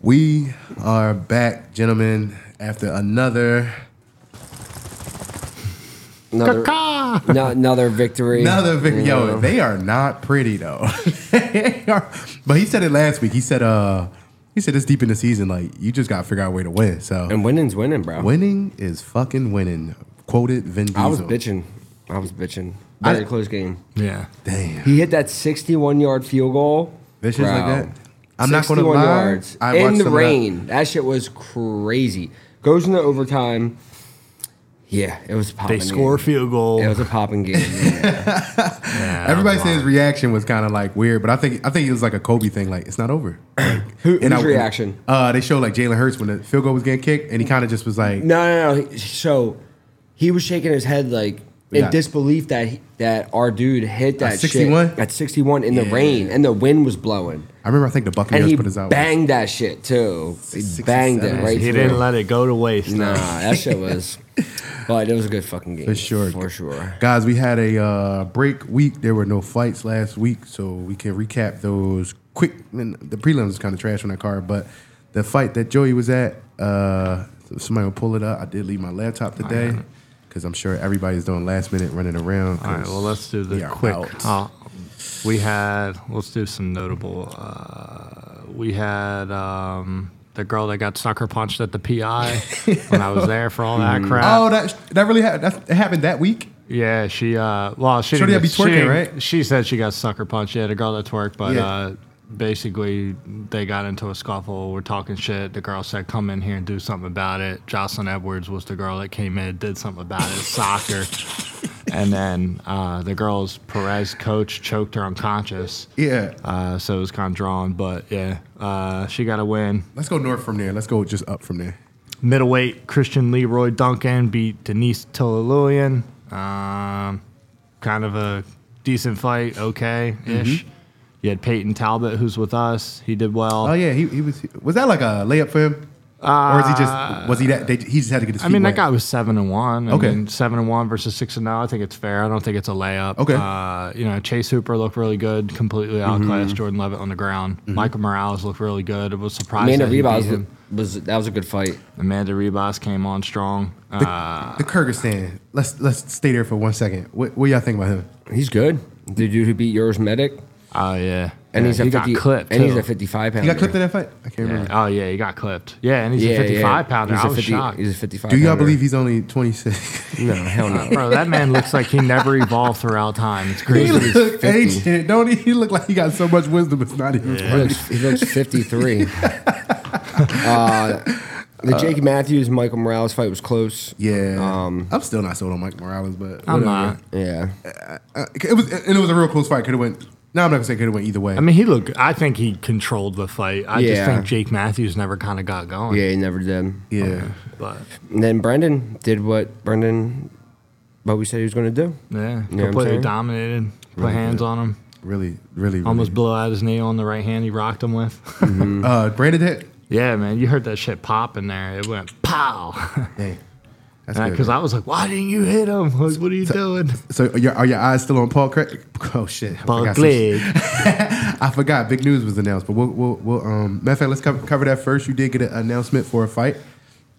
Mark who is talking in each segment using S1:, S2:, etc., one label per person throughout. S1: We are back, gentlemen, after another
S2: Another, no- another victory.
S1: another victory. Yo, they are not pretty though. They are- but he said it last week. He said, uh, he said it's deep in the season. Like you just gotta figure out a way to win. So
S2: And winning's winning, bro.
S1: winning is fucking winning. Quoted Vin Diesel.
S2: I was bitching. I was bitching.
S1: I-
S2: Very close game.
S3: Yeah.
S1: Damn,
S2: He hit that 61 yard field goal.
S1: this shit's like
S2: Bro.
S1: that. I'm not gonna
S2: 61
S1: lie.
S2: yards
S1: I watched
S2: in the
S1: some of that.
S2: rain. That shit was crazy. Goes into overtime. Yeah, it was a popping.
S3: They score a
S2: Game.
S3: field goal.
S2: It was a popping game. man.
S3: Yeah,
S1: Everybody
S3: I'm
S1: said his
S3: lying.
S1: reaction was kind of like weird, but I think I think it was like a Kobe thing. Like it's not over. Like,
S2: Who- whose reaction?
S1: Uh, they showed like Jalen Hurts when the field goal was getting kicked, and he kind of just was like,
S2: no, no, no. So he was shaking his head like in
S1: Yeah.
S2: disbelief that he, that our dude hit that shit
S1: 61?
S2: at 61 in the
S1: Yeah.
S2: rain and the wind was blowing.
S1: I remember I think the Buccaneers
S2: And he
S1: put us out.
S2: banged that shit too. He banged it
S1: 67.
S2: right
S3: He
S2: through.
S3: didn't let it go to waste.
S2: nah, that shit was. But it was a good fucking game
S1: For sure.
S2: For sure.
S1: Guys, we had a uh, break week. There were no fights last week, so we can recap those quick. And the prelims is kind of trash on that card, but the fight that Joey was at, uh, somebody will pull it up. I did leave my laptop today because I'm sure everybody's doing last minute running around.
S3: All right,
S1: 'cause
S3: well, let's do
S1: we
S3: the
S1: are
S3: quick.
S1: out.
S3: Uh, we had, let's do some notable. Uh, we had um, the girl that got sucker punched at the PI when I was there for all that crap.
S1: Oh, that that really happened. That that happened that week.
S3: Yeah, she, uh, well, she
S1: Shorty
S3: didn't.
S1: that be
S3: she
S1: twerking,
S3: didn't-
S1: right?
S3: She said she got sucker punched. Yeah, the girl that twerked, but
S1: Yeah.
S3: uh, basically they got into a scuffle. We're talking shit. The girl said, come in here and do something about it. Jocelyn Edwards was the girl that came in, did something about it. Soccer. And then uh, the girl's Perez coach choked her unconscious.
S1: Yeah.
S3: Uh, so it was kind of drawn, but yeah, uh, she got a win.
S1: Let's go north from there. Let's go just up from there.
S3: Middleweight Christian Leroy Duncan beat Denise Tulalulian. Um, kind of a decent fight, okay
S1: Mm-hmm.
S3: ish. You had Peyton Talbot, who's with us. He did well.
S1: Oh yeah, he, he was. Was that like a layup for him, Uh, or is he just was he that? They, he just had to get his.
S3: I
S1: feet
S3: mean,
S1: wet.
S3: that guy was seven and one. I
S1: Okay.
S3: mean, seven and one versus six and zero. I think it's fair. I don't think it's a layup.
S1: Okay. Mm-hmm.
S3: Uh, you know, Chase Hooper looked really good, completely outclassed Jordan Levitt on the ground. Michael Morales looked really good. It was surprising.
S2: Amanda
S3: that he beat
S2: Rebos was,
S3: him.
S2: was that was a good fight.
S3: Amanda Rebos came on strong.
S1: The,
S3: Uh,
S1: the Kyrgyzstan. Let's let's stay there for one second. What, what y'all think about him?
S2: He's good. The dude who beat yours medic,
S3: oh yeah.
S2: and
S3: Yeah,
S2: he's a
S3: he got
S2: 50,
S3: clipped.
S2: and he's
S3: too.
S2: a fifty-five
S1: He
S2: pounder.
S1: got clipped in that fight. I can't
S3: Yeah.
S1: remember.
S3: Oh yeah, he got clipped. Yeah, and he's a 55 pounder.
S2: He's
S3: I
S2: a
S3: was
S2: 50
S3: shocked.
S2: He's a fifty-five.
S1: Do y'all
S2: pounder.
S1: believe he's only twenty six?
S2: No, hell no.
S3: Bro, that man looks like he never evolved throughout time. It's
S1: he
S3: crazy.
S1: look ancient. Don't he? He look like he got so much wisdom. It's not even.
S2: He
S1: funny.
S2: looks, he looks 53. uh, the Jake Matthews Michael Morales fight was close.
S1: Yeah.
S2: Um,
S1: I'm still not sold on Mike Morales, but whatever.
S3: I'm not.
S2: Yeah.
S1: Uh, it was and it was a real close fight. Could have went. No, I'm not gonna say could have went either way.
S3: I mean, he looked. I think he controlled the fight. I just
S2: Yeah.
S3: think Jake Matthews never kind of got going.
S2: Yeah, he never did.
S1: yeah.
S3: But
S2: And then Brendan did what Brendan, what we said he was going to do.
S3: yeah,
S2: what I'm
S3: completely
S2: saying?
S3: dominated. Put hands on him.
S1: Really, really, really.
S3: Almost blew out his knee on the right hand. He rocked him with.
S1: Uh, Brandon hit.
S3: yeah, man, you heard that shit pop in there. It went pow.
S1: Dang, that's good.
S3: Because I was like, why didn't you hit him? Like, what are you doing?
S1: So are your, are your eyes still on Paul Craig? Oh shit! I
S3: Paul
S1: forgot some-
S3: Clegg.
S1: I forgot. Big news was announced, but we'll, we'll, we'll um. Matter of fact, let's cover, cover that first. You did get an announcement for a fight,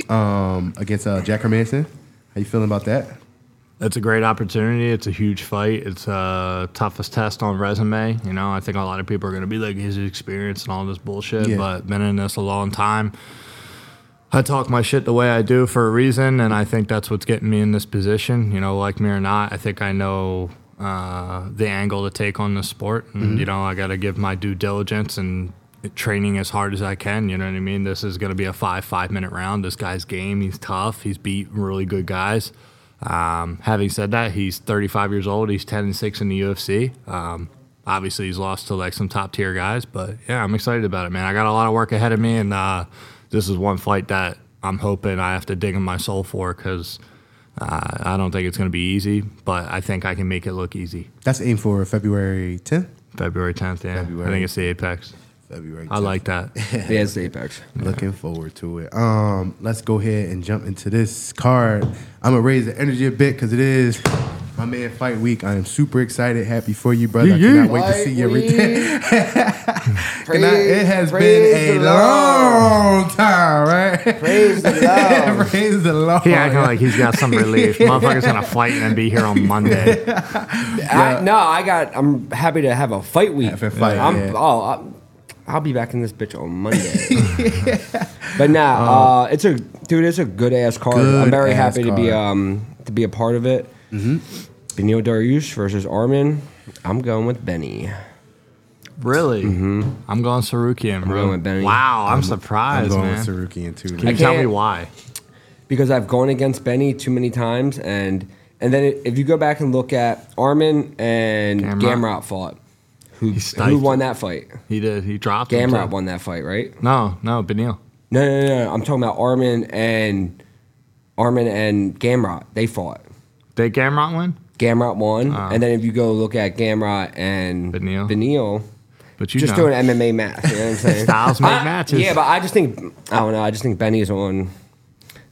S1: um, against uh, Jack Hermanson. How you feeling about that?
S3: It's a great opportunity. It's a huge fight. It's uh, toughest test on resume. You know, I think a lot of people are going to be like his experience and all this bullshit,
S1: Yeah.
S3: but been in this a long time. I talk my shit the way I do for a reason, and I think that's what's getting me in this position. You know, like me or not, I think I know uh, the angle to take on the sport, and you know, I got to give my due diligence and training as hard as I can. You know what I mean? This is going to be a five five minute round. This guy's game. He's tough. He's beat really good guys. Um, having said that, he's 35 years old. He's 10 and six in the UFC. Um, obviously, he's lost to like some top tier guys, but yeah, I'm excited about it, man. I got a lot of work ahead of me, and uh, this is one fight that I'm hoping I have to dig in my soul for because uh, I don't think it's going to be easy, but I think I can make it look easy.
S1: That's aimed for February 10th.
S3: February 10th, yeah. I
S1: February.
S3: think it's the Apex.
S1: February. 10th.
S3: I like that.
S2: He has the apex.
S1: Looking forward to it. Um, let's go ahead and jump into this card. I'm gonna raise the energy a bit because it is my man fight week. I am super excited, happy for you, brother. I cannot wait to see your return. and I, it has been a long time, right?
S2: Praise the Lord.
S1: Praise the Lord.
S3: He acting like he's got some relief. Motherfucker's gonna fight and then be here on Monday.
S2: I, no, I got. I'm happy to have a fight week.
S1: Have a fight,
S2: I'm,
S1: yeah.
S2: Oh, I'm, I'll be back in this bitch on Monday. but nah, uh, it's a dude. It's a good ass card. I'm
S1: Good
S2: very
S1: ass
S2: happy to be
S1: card. Mm-hmm.
S2: um to be a part of it. Benio Dariush versus Armin. I'm going with Benny.
S3: Really? I'm going Sarukian, bro.
S2: Mm-hmm. going with Benny.
S3: Wow, I'm,
S1: I'm
S3: surprised,
S1: going
S3: man.
S1: with Sarukian too.
S3: Can
S1: man.
S3: you tell
S2: can't-
S3: me why?
S2: because I've gone against Benny too many times, and and then if you go back and look at Armin and
S3: Gamrot.
S2: Gamrot fought, who who
S3: stifled.
S2: won that fight?
S3: He did. He dropped. him,
S2: Gamrot
S3: too.
S2: won that fight, right?
S3: No, no, Benil.
S2: No, no, no, no. I'm talking about Armin and Armin and Gamrot. They fought.
S3: Did Gamrot win?
S2: Gamrot won,
S3: Ah.
S2: and then if you go look at Gamrot and
S3: Benil.
S2: Benil
S3: But you
S2: just
S3: know.
S2: doing MMA math. You know what I'm saying?
S3: Styles make
S2: I-
S3: matches.
S2: Yeah, but I just think I don't know. I just think Benny's on.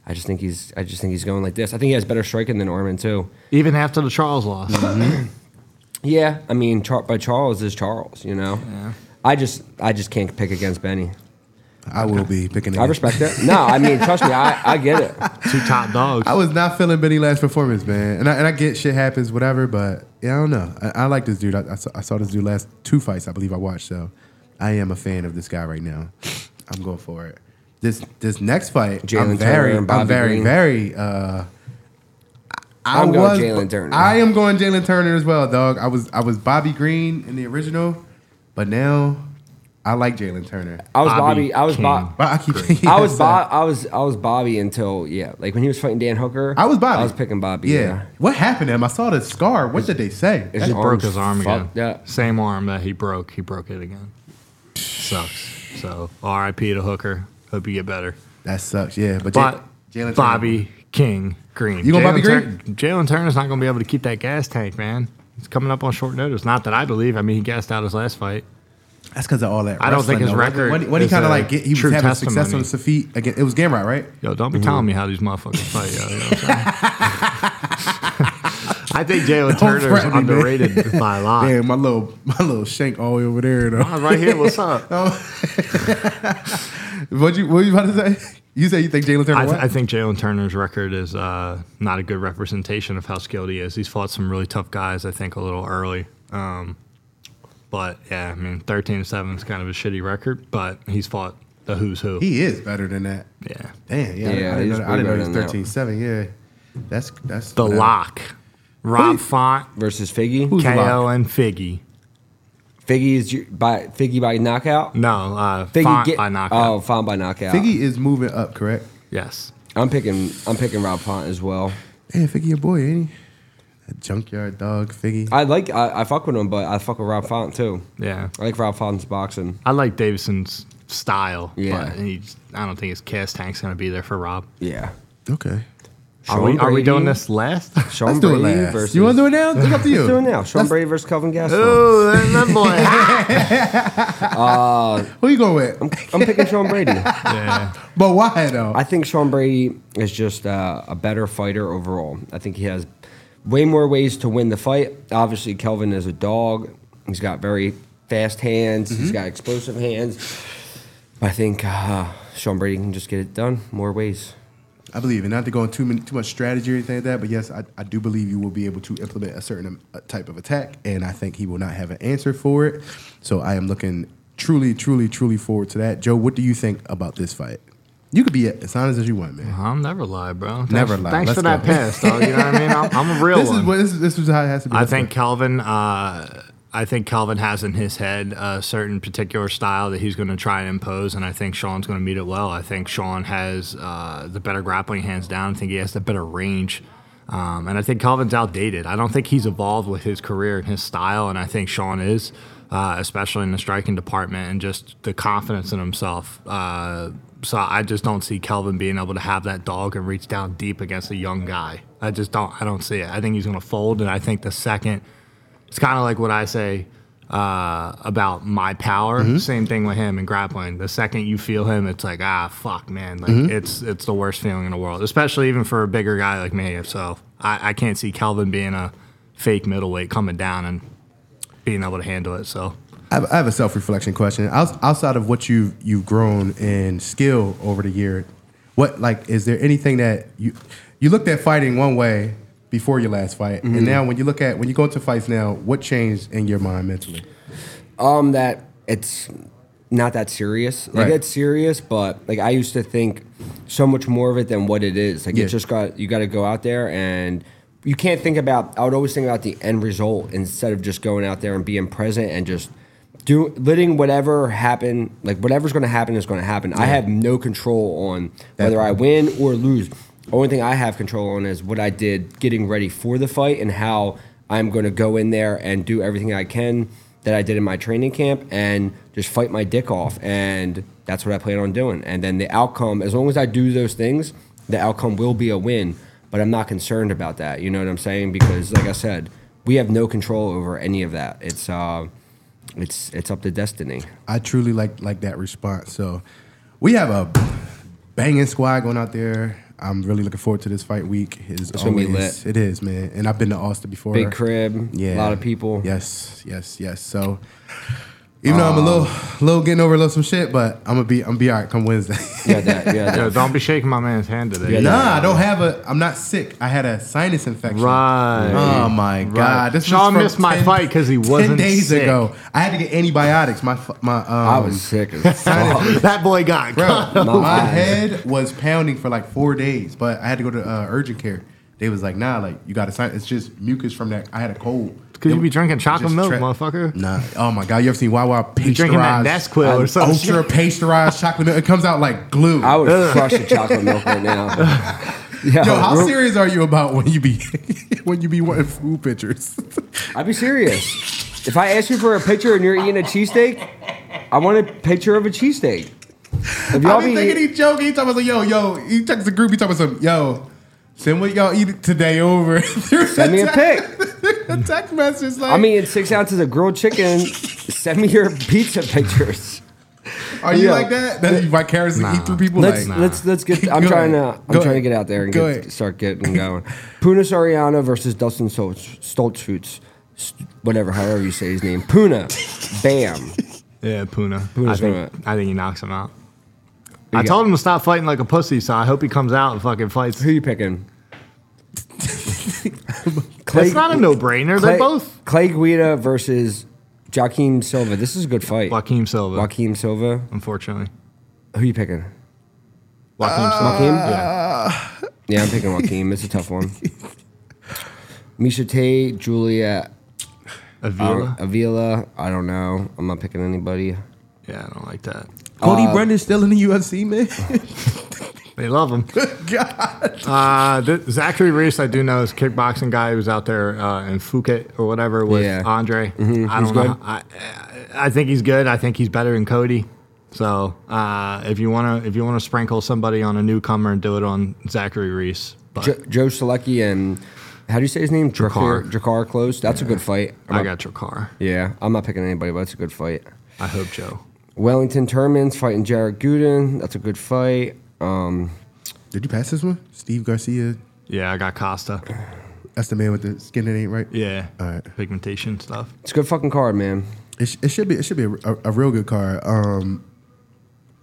S2: I just think he's. I just think he's going like this. I think he has better striking than Armin too.
S3: Even after the Charles loss.
S2: Mm-hmm. Yeah, I mean, Char- but Charles is Charles, you know.
S3: Yeah.
S2: I just, I just can't pick against Benny.
S1: I will be picking.
S2: I
S1: him.
S2: respect it. No, I mean, trust me, I, I get it.
S3: Two top dogs.
S1: I was not feeling Benny last performance, man, and I, and I get shit happens, whatever. But yeah, I don't know. I, I like this dude. I, I, saw, I saw this dude last two fights, I believe I watched. So I am a fan of this guy right now. I'm going for it. This this next fight,
S2: Jalen
S1: I'm very,
S2: Turner and Bobby
S1: I'm very,
S2: Green.
S1: very. Uh, I
S2: I'm going
S1: was-
S2: Jalen Turner.
S1: I am going Jalen Turner as well, dog. I was I was Bobby Green in the original, but now I like Jalen Turner.
S2: I was
S3: Bobby
S2: Bobby. I was Bob.
S3: King.
S1: But I keep.
S2: I was
S1: Yes,
S2: Bob. I was, I was Bobby until yeah, like when he was fighting Dan Hooker.
S1: I was Bobby.
S2: I was picking Bobby.
S1: Yeah.
S2: Yeah.
S1: What happened to him? I saw the scar. What did they say?
S2: it's
S1: That-
S2: just-
S3: broke his arm again.
S2: Fucked up.
S3: Same arm that he broke. He broke it again. Sucks. So R.I.P. to Hooker. Hope you get better.
S1: that sucks. Yeah, but,
S3: But
S1: Ja- Jalen
S3: Bobby King Green.
S1: You going Bobby
S3: Jalen Tur-
S1: Green?
S3: Jalen Turner's not going to be able to keep that gas tank, man. He's coming up on short notice. Not that I believe. I mean, he gassed out his last fight.
S1: Turner, that's because of all that.
S3: I don't
S1: wrestling,
S3: think his
S1: though.
S3: record
S1: When, when he
S3: is
S1: kind
S3: a
S1: of like get, he was
S3: true
S1: having success on
S3: testimony.
S1: Safit again. It was Gamrot, right?
S3: Yo, don't be
S1: Mm-hmm.
S3: telling me how these motherfuckers fight. Yo, you know what I'm saying? I think Jalen Turner's
S1: threaten me, man.
S3: underrated by a lot.
S1: Damn, my little my little shank all the way over there. Though.
S3: I'm Right here, what's up?
S1: What you what you about to say? You say you think Jalen Turner?
S3: I, th-
S1: what?
S3: I think Jalen Turner's record is uh, not a good representation of how skilled he is. He's fought some really tough guys, I think, a little early. Um, but yeah, I mean, 13 7 is kind of a shitty record, but he's fought the who's who.
S1: he is better than that.
S3: yeah.
S1: Damn, yeah, I- I,
S2: Yeah,
S1: didn't
S2: he's
S1: know, that. I didn't know
S2: way
S1: he was
S2: better than
S1: 13 7. Yeah, that's that's
S3: The
S1: whatever.
S3: Lock, Rob
S1: Who-
S3: Font,
S2: Versus Figgy.
S1: Who's
S3: KO,
S1: the Lock?
S3: and Figgy.
S2: Figgy is ju- by Figgy by knockout.
S3: No, uh,
S2: Figgy
S3: Font
S2: get-
S3: by knockout.
S2: Oh, Font by knockout.
S1: Figgy is moving up, correct?
S3: Yes.
S2: I'm picking. I'm picking Rob Font as well.
S1: Yeah, Figgy, your boy, ain't he? That junkyard dog, Figgy.
S2: I like. I, I fuck with him, but I fuck with Rob Font too.
S3: Yeah.
S2: I like Rob Font's boxing.
S3: I like Davison's style,
S2: Yeah.
S3: but he's, I don't think his cast tank's going to be there for Rob.
S2: Yeah.
S1: Okay.
S3: Are we, are we doing this last?
S2: Sean
S1: Let's do it
S2: Brady
S1: last.
S2: versus.
S1: you want to do it now? It's up to you.
S2: Let's do it now. Sean Brady versus Kelvin Gastelum.
S3: Oh, that that
S1: Who
S3: boy.
S1: you going with?
S2: I'm picking Sean Brady.
S3: yeah.
S1: But why though?
S2: I think Sean Brady is just uh, a better fighter overall. I think he has way more ways to win the fight. Obviously, Kelvin is a dog. He's got very fast hands.
S1: Mm-hmm.
S2: He's got explosive hands. I think uh, Sean Brady can just get it done more ways.
S1: I believe, and not to go into too, many, too much strategy or anything like that, but yes, I, I do believe you will be able to implement a certain um, uh, type of attack, and I think he will not have an answer for it. So I am looking truly, truly, truly forward to that. Joe, what do you think about this fight? You could be as honest as you want, man.
S3: I'm never lie, bro. Thanks-
S1: Never lie.
S3: Thanks
S1: Let's
S3: for that
S1: go.
S3: pass, dog. You know what I mean? I'm, I'm a real
S1: This
S3: one.
S1: is, what, this, is, this is how it has to be.
S3: I think Calvin. Uh, I think Calvin has in his head a certain particular style that he's going to try and impose, and I think Sean's going to meet it well. I think Sean has uh, the better grappling hands down. I think he has the better range. Um, and I think Calvin's outdated. I don't think he's evolved with his career and his style, and I think Sean is, uh, especially in the striking department and just the confidence in himself. Uh, so I just don't see Calvin being able to have that dog and reach down deep against a young guy. I just don't. I don't see it. I think he's going to fold, and I think the second, it's kind of like what I say uh, about my power.
S2: Mm-hmm.
S3: Same thing with him in grappling. The second you feel him, it's like ah fuck man, like
S2: Mm-hmm.
S3: it's it's the worst feeling in the world, especially even for a bigger guy like me. So I, I can't see Calvin being a fake middleweight coming down and being able to handle it. So
S1: I have, I have a self reflection question. Outs- Outside of what you've you've grown in skill over the year, what like is there anything that you you looked at fighting one way before your last fight, and now when you look at when you go into fights now, what changed in your mind mentally?
S2: Um, that it's not that serious. Like
S1: Right.
S2: it's serious, but like I used to think so much more of it than what it is. Like
S1: Yeah.
S2: it just got you got to go out there and you can't think about. I would always think about the end result instead of just going out there and being present and just do letting whatever happen. Like whatever's going to happen is going to happen. I have no control on whether I win or lose. Only thing I have control on is what I did getting ready for the fight and how I'm going to go in there and do everything I can that I did in my training camp and just fight my dick off. And that's what I plan on doing. And then the outcome, as long as I do those things, the outcome will be a win. But I'm not concerned about that. You know what I'm saying? Because, like I said, we have no control over any of that. It's uh, it's it's up to destiny.
S1: I truly like like that response. So we have a banging squad going out there. I'm really looking forward to this fight week. It's,
S2: gonna be
S1: always it is, man. And I've been to Austin before.
S2: Big crib, a lot of people.
S1: Yes, yes, yes. So even though I'm a little
S3: Um,
S1: little getting over a little some shit, but I'm gonna be I'm be all right come Wednesday.
S2: yeah, that, yeah,
S3: Yo,
S2: that.
S3: don't be shaking my man's hand today.
S2: Yeah.
S1: nah, I don't have a I'm not sick. I had a sinus infection.
S3: Right.
S1: Oh my god! This was
S3: Sean
S1: from
S3: missed my fight 'cause he
S1: ten
S3: wasn't
S1: days
S3: sick.
S1: ago. I had to get antibiotics. My fu- my um,
S2: I was sick as fuck.
S3: That boy got cut.
S1: Bro,
S2: No.
S1: my head was pounding for like four days, but I had to go to uh, urgent care. They was like, nah, like you got to sign. It's just mucus from that. I had a cold.
S3: Could you
S1: It-
S3: be drinking chocolate
S1: just
S3: milk,
S1: tra-
S3: motherfucker?
S1: Nah. Oh my god, you ever seen Wawa pasteurized?
S3: You drinking that Nesquil or some shit?
S1: Ultra pasteurized chocolate milk. It comes out like glue.
S2: I would crush a chocolate milk right now. Yeah,
S1: Yo, how
S2: real-
S1: serious are you about when you be when you be wanting food pictures?
S2: I'd be serious. if I ask you for a picture and you're eating a cheesesteak, I want a picture of a cheesesteak. If y'all
S1: I be thinking he joking. He talking about some, yo, yo. He texts the group. He talking about some, yo. Send what y'all eat today over. Send
S2: me a
S1: a text message. Like,
S2: I'm eating six ounces of grilled chicken, send me your pizza pictures.
S1: Are you
S2: Yeah.
S1: like that? That you vicariously eat through people?
S2: Let's
S1: like,
S2: let's let's get. I'm
S1: Go
S2: trying
S1: ahead.
S2: to I'm
S1: Go
S2: trying to
S1: ahead.
S2: get out there and
S1: Go
S2: get,
S1: ahead.
S2: start getting going. Puna Soriano versus Dustin Stoltz, Stoltzfus, St- whatever, however you say his name. Puna, bam.
S3: Yeah, Puna. I
S2: Puna's
S3: think,
S2: gonna-
S3: I think he knocks him out.
S2: You
S3: I
S2: got-
S3: told him to stop fighting like a pussy, so I hope he comes out and fucking fights.
S2: Who you picking? Clay,
S3: It's not a no-brainer.
S2: Clay,
S3: They're both
S2: Clay Guida versus Joaquin Silva. This is a good fight.
S3: Joaquin Silva.
S2: Joaquin Silva.
S3: Unfortunately,
S2: Who you picking?
S3: Joaquin Silva.
S2: Uh, Joaquin?
S3: Yeah.
S2: Yeah, I'm picking Joaquin. It's a tough one. Misha Tate, Julia
S3: Avila.
S2: Uh, Avila. Avila. I don't know. I'm not picking anybody.
S3: yeah, I don't like that.
S1: Cody Brennan's still in the UFC, man.
S3: They love him.
S1: God.
S3: Uh, th- Zachary Reese, I do know, is a kickboxing guy who was out there uh, in Phuket or whatever with
S2: Yeah. Mm-hmm.
S3: Andre. I don't know. I, I think he's good. I think he's better than Cody. So uh, if you wanna if you wanna sprinkle somebody on a newcomer and do it on Zachary Reese, but
S2: Jo- Joe Selecki and how do you say his name?
S3: Drakkar.
S2: Drakkar close. That's a good fight. I'm
S3: I
S2: not-
S3: got your car.
S2: Yeah, I'm not picking anybody, but it's a good fight.
S3: I hope Joe.
S2: Wellington Termans fighting Jared Gooden. That's a good fight. Um,
S1: Did you pass this one? Steve Garcia.
S3: Yeah, I got Costa.
S1: That's the man with the skin that ain't right.
S3: Yeah,
S1: All right.
S3: pigmentation stuff.
S2: it's a good fucking card, man.
S1: It, sh- it should be. It should be a, a, a real good card. Um,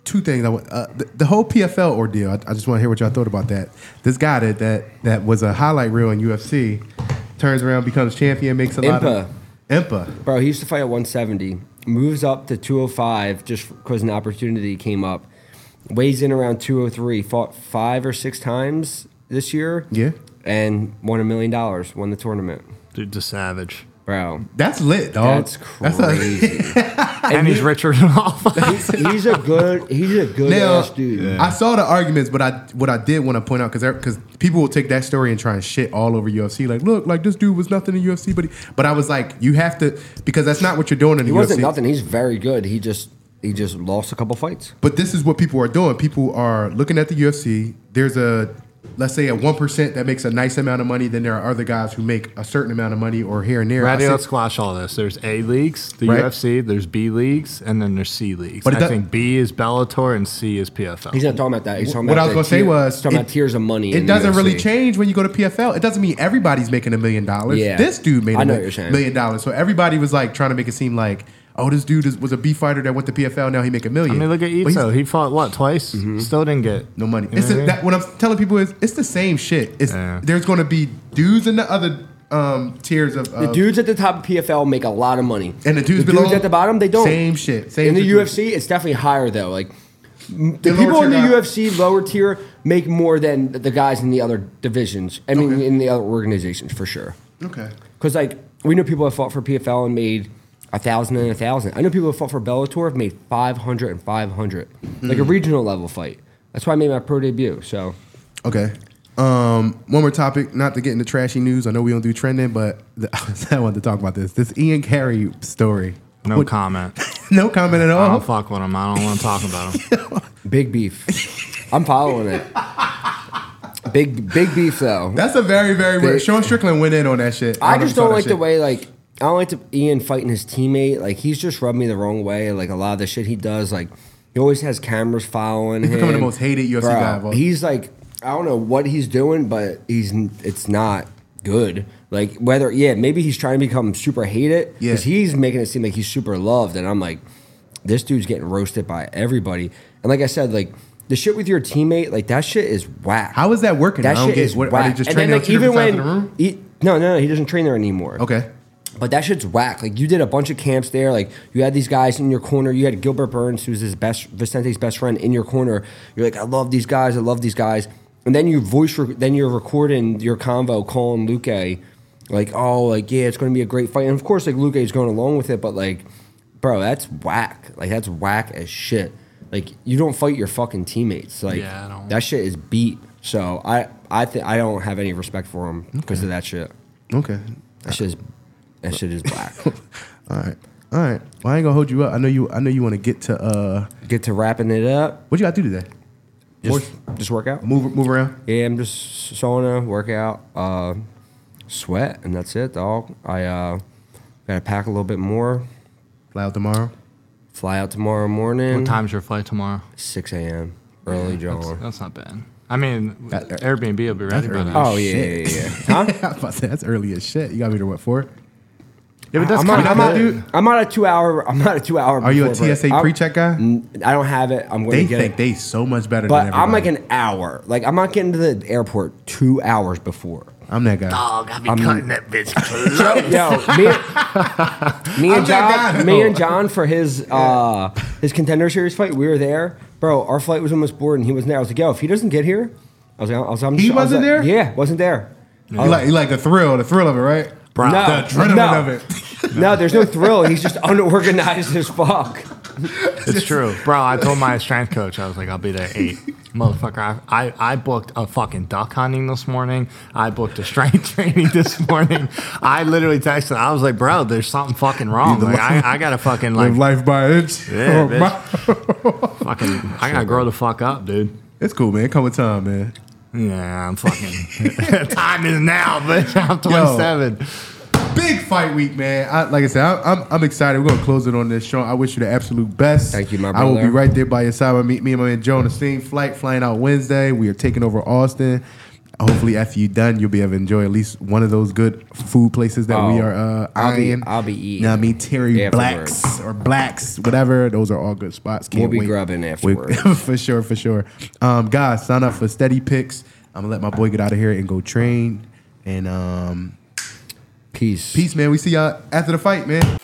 S1: two things. I want. Uh, the, the whole PFL ordeal. I, I just want to hear what y'all thought about that. This guy that that that was a highlight reel in UFC turns around, becomes champion, makes a lot of. Impa.
S2: Bro, he used to fight at 170, moves up to 205 just because an opportunity came up. Weighs in around 203, fought five or six times this year.
S1: Yeah.
S2: And won a million dollars, won the tournament.
S3: Dude's a savage.
S2: Bro,
S1: That's lit, dog.
S2: Oh, that's
S1: like-
S2: crazy.
S3: And, he's richer than all of us.
S2: he's a good, he's a good
S1: Now,
S2: ass dude.
S1: I saw the arguments, but I what I did want to point out because because people will take that story and try and shit all over UFC. Like, look, like this dude was nothing in UFC, but he, but I was like, you have to because that's not what you're doing in
S2: He
S1: the UFC.
S2: wasn't nothing. He's very good. He just, he just lost a couple fights.
S1: But this is what people are doing. People are looking at the UFC. There's a let's say a one percent that makes a nice amount of money. Then there are other guys who make a certain amount of money or here and there. I
S3: Ready?
S1: said-
S3: Let's squash all this. There's A leagues, the
S1: Right.
S3: UFC. There's B leagues, and then there's C leagues.
S1: But it
S3: I
S1: does-
S3: think B is Bellator and C is PFL.
S2: He's not talking about that. He's talking
S1: what I
S2: about
S1: was
S2: the
S1: gonna say
S2: tier-
S1: was
S2: he's talking about
S1: it-
S2: tiers of money. in
S1: It
S2: the
S1: doesn't really
S2: UFC.
S1: change when you go to PFL. It doesn't mean everybody's making a million dollars.
S2: Yeah.
S1: This dude made
S2: I
S1: a
S2: know
S1: mil-
S2: what you're saying.
S1: million dollars. So everybody was like trying to make it seem like, oh, this dude is, was a B fighter that went to PFL. Now he make a
S3: I
S1: million.
S3: mean, look
S1: But
S3: at
S1: he's- Mm-hmm.
S3: Ito. He fought what twice? Still didn't get
S1: no money.
S3: You know
S1: It's the,
S3: what I mean?
S1: that, what I'm telling people is it's the same shit. It's
S3: Yeah.
S1: there's going to be dudes in the other um, tiers of,
S2: The
S1: of
S2: dudes at the top of PFL make a lot of money,
S1: and the dudes
S2: the
S1: below
S2: dudes at the bottom they don't.
S1: Same shit. Same
S2: in the
S1: situation.
S2: UFC, it's definitely higher though. Like m-
S1: The
S2: the
S1: lower
S2: people in the
S1: tier guy-
S2: UFC lower tier make more than the guys in the other divisions. I mean, in the other organizations for sure.
S1: Okay.
S2: Because like we know people have fought for PFL and made a thousand and a thousand. I know people have fought for Bellator have made 500 and 500, like a
S1: Hmm.
S2: regional level fight. That's why I made my pro debut. So
S1: Okay. Um, one more topic, not to get into trashy news. I know we don't do trending, but the, I wanted to talk about this. This Ian Carey story.
S3: no comment.
S1: No comment at
S3: I
S1: all.
S3: don't fuck with him. I don't want to talk about him.
S2: big beef. I'm following it. Big big beef though.
S1: That's a very, very
S2: They-
S1: weird. Sean Strickland went in on that shit.
S2: I
S1: never
S2: just
S1: saw
S2: don't
S1: that
S2: like the
S1: shit.
S2: way like I don't like the Ian fighting his teammate. Like he's just rubbed me the wrong way. Like a lot of the shit he does, like he always has cameras following he's him.
S1: becoming the most hated UFC guy of all-
S2: He's like I don't know what he's doing, but he's n- it's not good. Like whether yeah, maybe he's trying to become super hated
S1: Yeah.
S2: because he's making it seem like he's super loved, and I'm like, this dude's getting roasted by everybody. And like I said, like the shit with your teammate, like that shit is whack.
S1: How is that working?
S2: That
S1: I don't
S2: shit
S1: get-
S2: is
S1: what-
S2: whack.
S1: Are they just
S2: and then,
S1: training
S2: like,
S1: on two
S2: even
S1: different sides
S2: when
S1: of the room?
S2: he- no, no, no, he doesn't train there anymore.
S1: Okay.
S2: But that shit's whack. Like you did a bunch of camps there. Like you had these guys in your corner. You had Gilbert Burns, who's his best Vicente's best friend, in your corner. You're like, I love these guys. I love these guys. And then you voice, rec- then you're recording your convo, calling Luque, like, oh, like yeah, it's going to be a great fight. And of course, like Luque is going along with it, but like, bro, that's whack. Like that's whack as shit. Like you don't fight your fucking teammates. Like
S3: Yeah, I don't-
S2: that shit is beat. So I, I think I don't have any respect for him because of that shit.
S1: Okay.
S2: That shit is, that shit is black.
S1: All right. All right. Well, I ain't gonna hold you up. I know you. I know you want to get to. uh
S2: Get to wrapping it up.
S1: What you got to do today?
S2: Just, just work out.
S1: Move. Move around.
S2: Yeah, I'm just sauna, workout, uh, sweat, and that's it, dog. I uh, gotta pack a little bit more.
S1: Fly out tomorrow.
S2: Fly out tomorrow morning.
S3: What time's your flight tomorrow?
S2: Six a.m. Early, John.
S3: That's, that's not bad. I mean,
S1: That-
S3: Airbnb will be ready by
S1: early.
S3: then.
S2: Oh yeah,
S1: Shit.
S2: yeah, yeah. Huh?
S1: I was about to say, that's early as shit. You got me to what for?
S3: yeah, but that's
S2: I'm, not,
S3: kind of
S2: I'm, not,
S1: good.
S2: I'm not a two-hour. I'm not a two-hour.
S1: Are you a
S2: before break.
S1: TSA
S2: I'm-
S1: pre-check guy?
S2: N- I don't have it. I'm gonna
S1: They
S2: get
S1: think
S2: it.
S1: they so much better than
S2: but
S1: everybody.
S2: I'm like an hour. Like I'm not getting to the airport two hours before.
S1: I'm that guy.
S4: dog. I be cutting that bitch close.
S2: Yo, me, me
S1: I'm that
S2: and
S1: guy,
S2: John, me
S1: though.
S2: and John for his uh, his contender series fight, we were there, bro. Our flight was almost boarded, and he wasn't there. I was like, yo, if he doesn't get here, I was, I was, I'm
S1: He
S2: I was
S1: wasn't there?
S2: like- Yeah, wasn't there.
S1: You like you like the thrill, the thrill of it, right?
S3: Bro,
S2: No,
S1: the adrenaline
S2: no.
S1: of it.
S2: No, there's no thrill. He's just unorganized as fuck.
S3: It's true, bro. I told my strength coach, I was like, I'll be there at eight, motherfucker. I, I I booked a fucking duck hunting this morning. I booked a strength training this morning. I literally texted. I was like, bro, there's something fucking wrong. Like, I, I gotta fucking like
S1: Live life by inch.
S3: Yeah,
S1: Oh,
S3: bitch.
S1: my-
S3: fucking. I gotta grow the fuck up, dude.
S1: It's cool, man. Come with time, man.
S3: Yeah, I'm fucking. time is now, bitch. I'm 27.
S1: Big fight week, man. I, like I said, I, I'm I'm excited. We're gonna close it on this show. I wish you the absolute best.
S2: Thank you, my
S1: I will be
S2: brother.
S1: right there by your side. I meet me and my man Joe on the same flight, flying out Wednesday. We are taking over Austin. Hopefully, after you done, you'll be able to enjoy at least one of those good food places that we
S2: Oh,
S1: are uh,
S2: I'll be-
S1: eyeing.
S2: I'll be eating
S1: You know what I mean, Terry
S2: afterwards.
S1: Blacks or Blacks, whatever. Those are all good spots. Can't
S2: We'll be
S1: wait.
S2: grubbing
S1: We-
S2: afterwards.
S1: for sure, for sure. Um, guys, sign up for Steady Picks. I'm gonna let my boy get out of here and go train. And um,
S2: Peace.
S1: peace, man. We see y'all after the fight, man.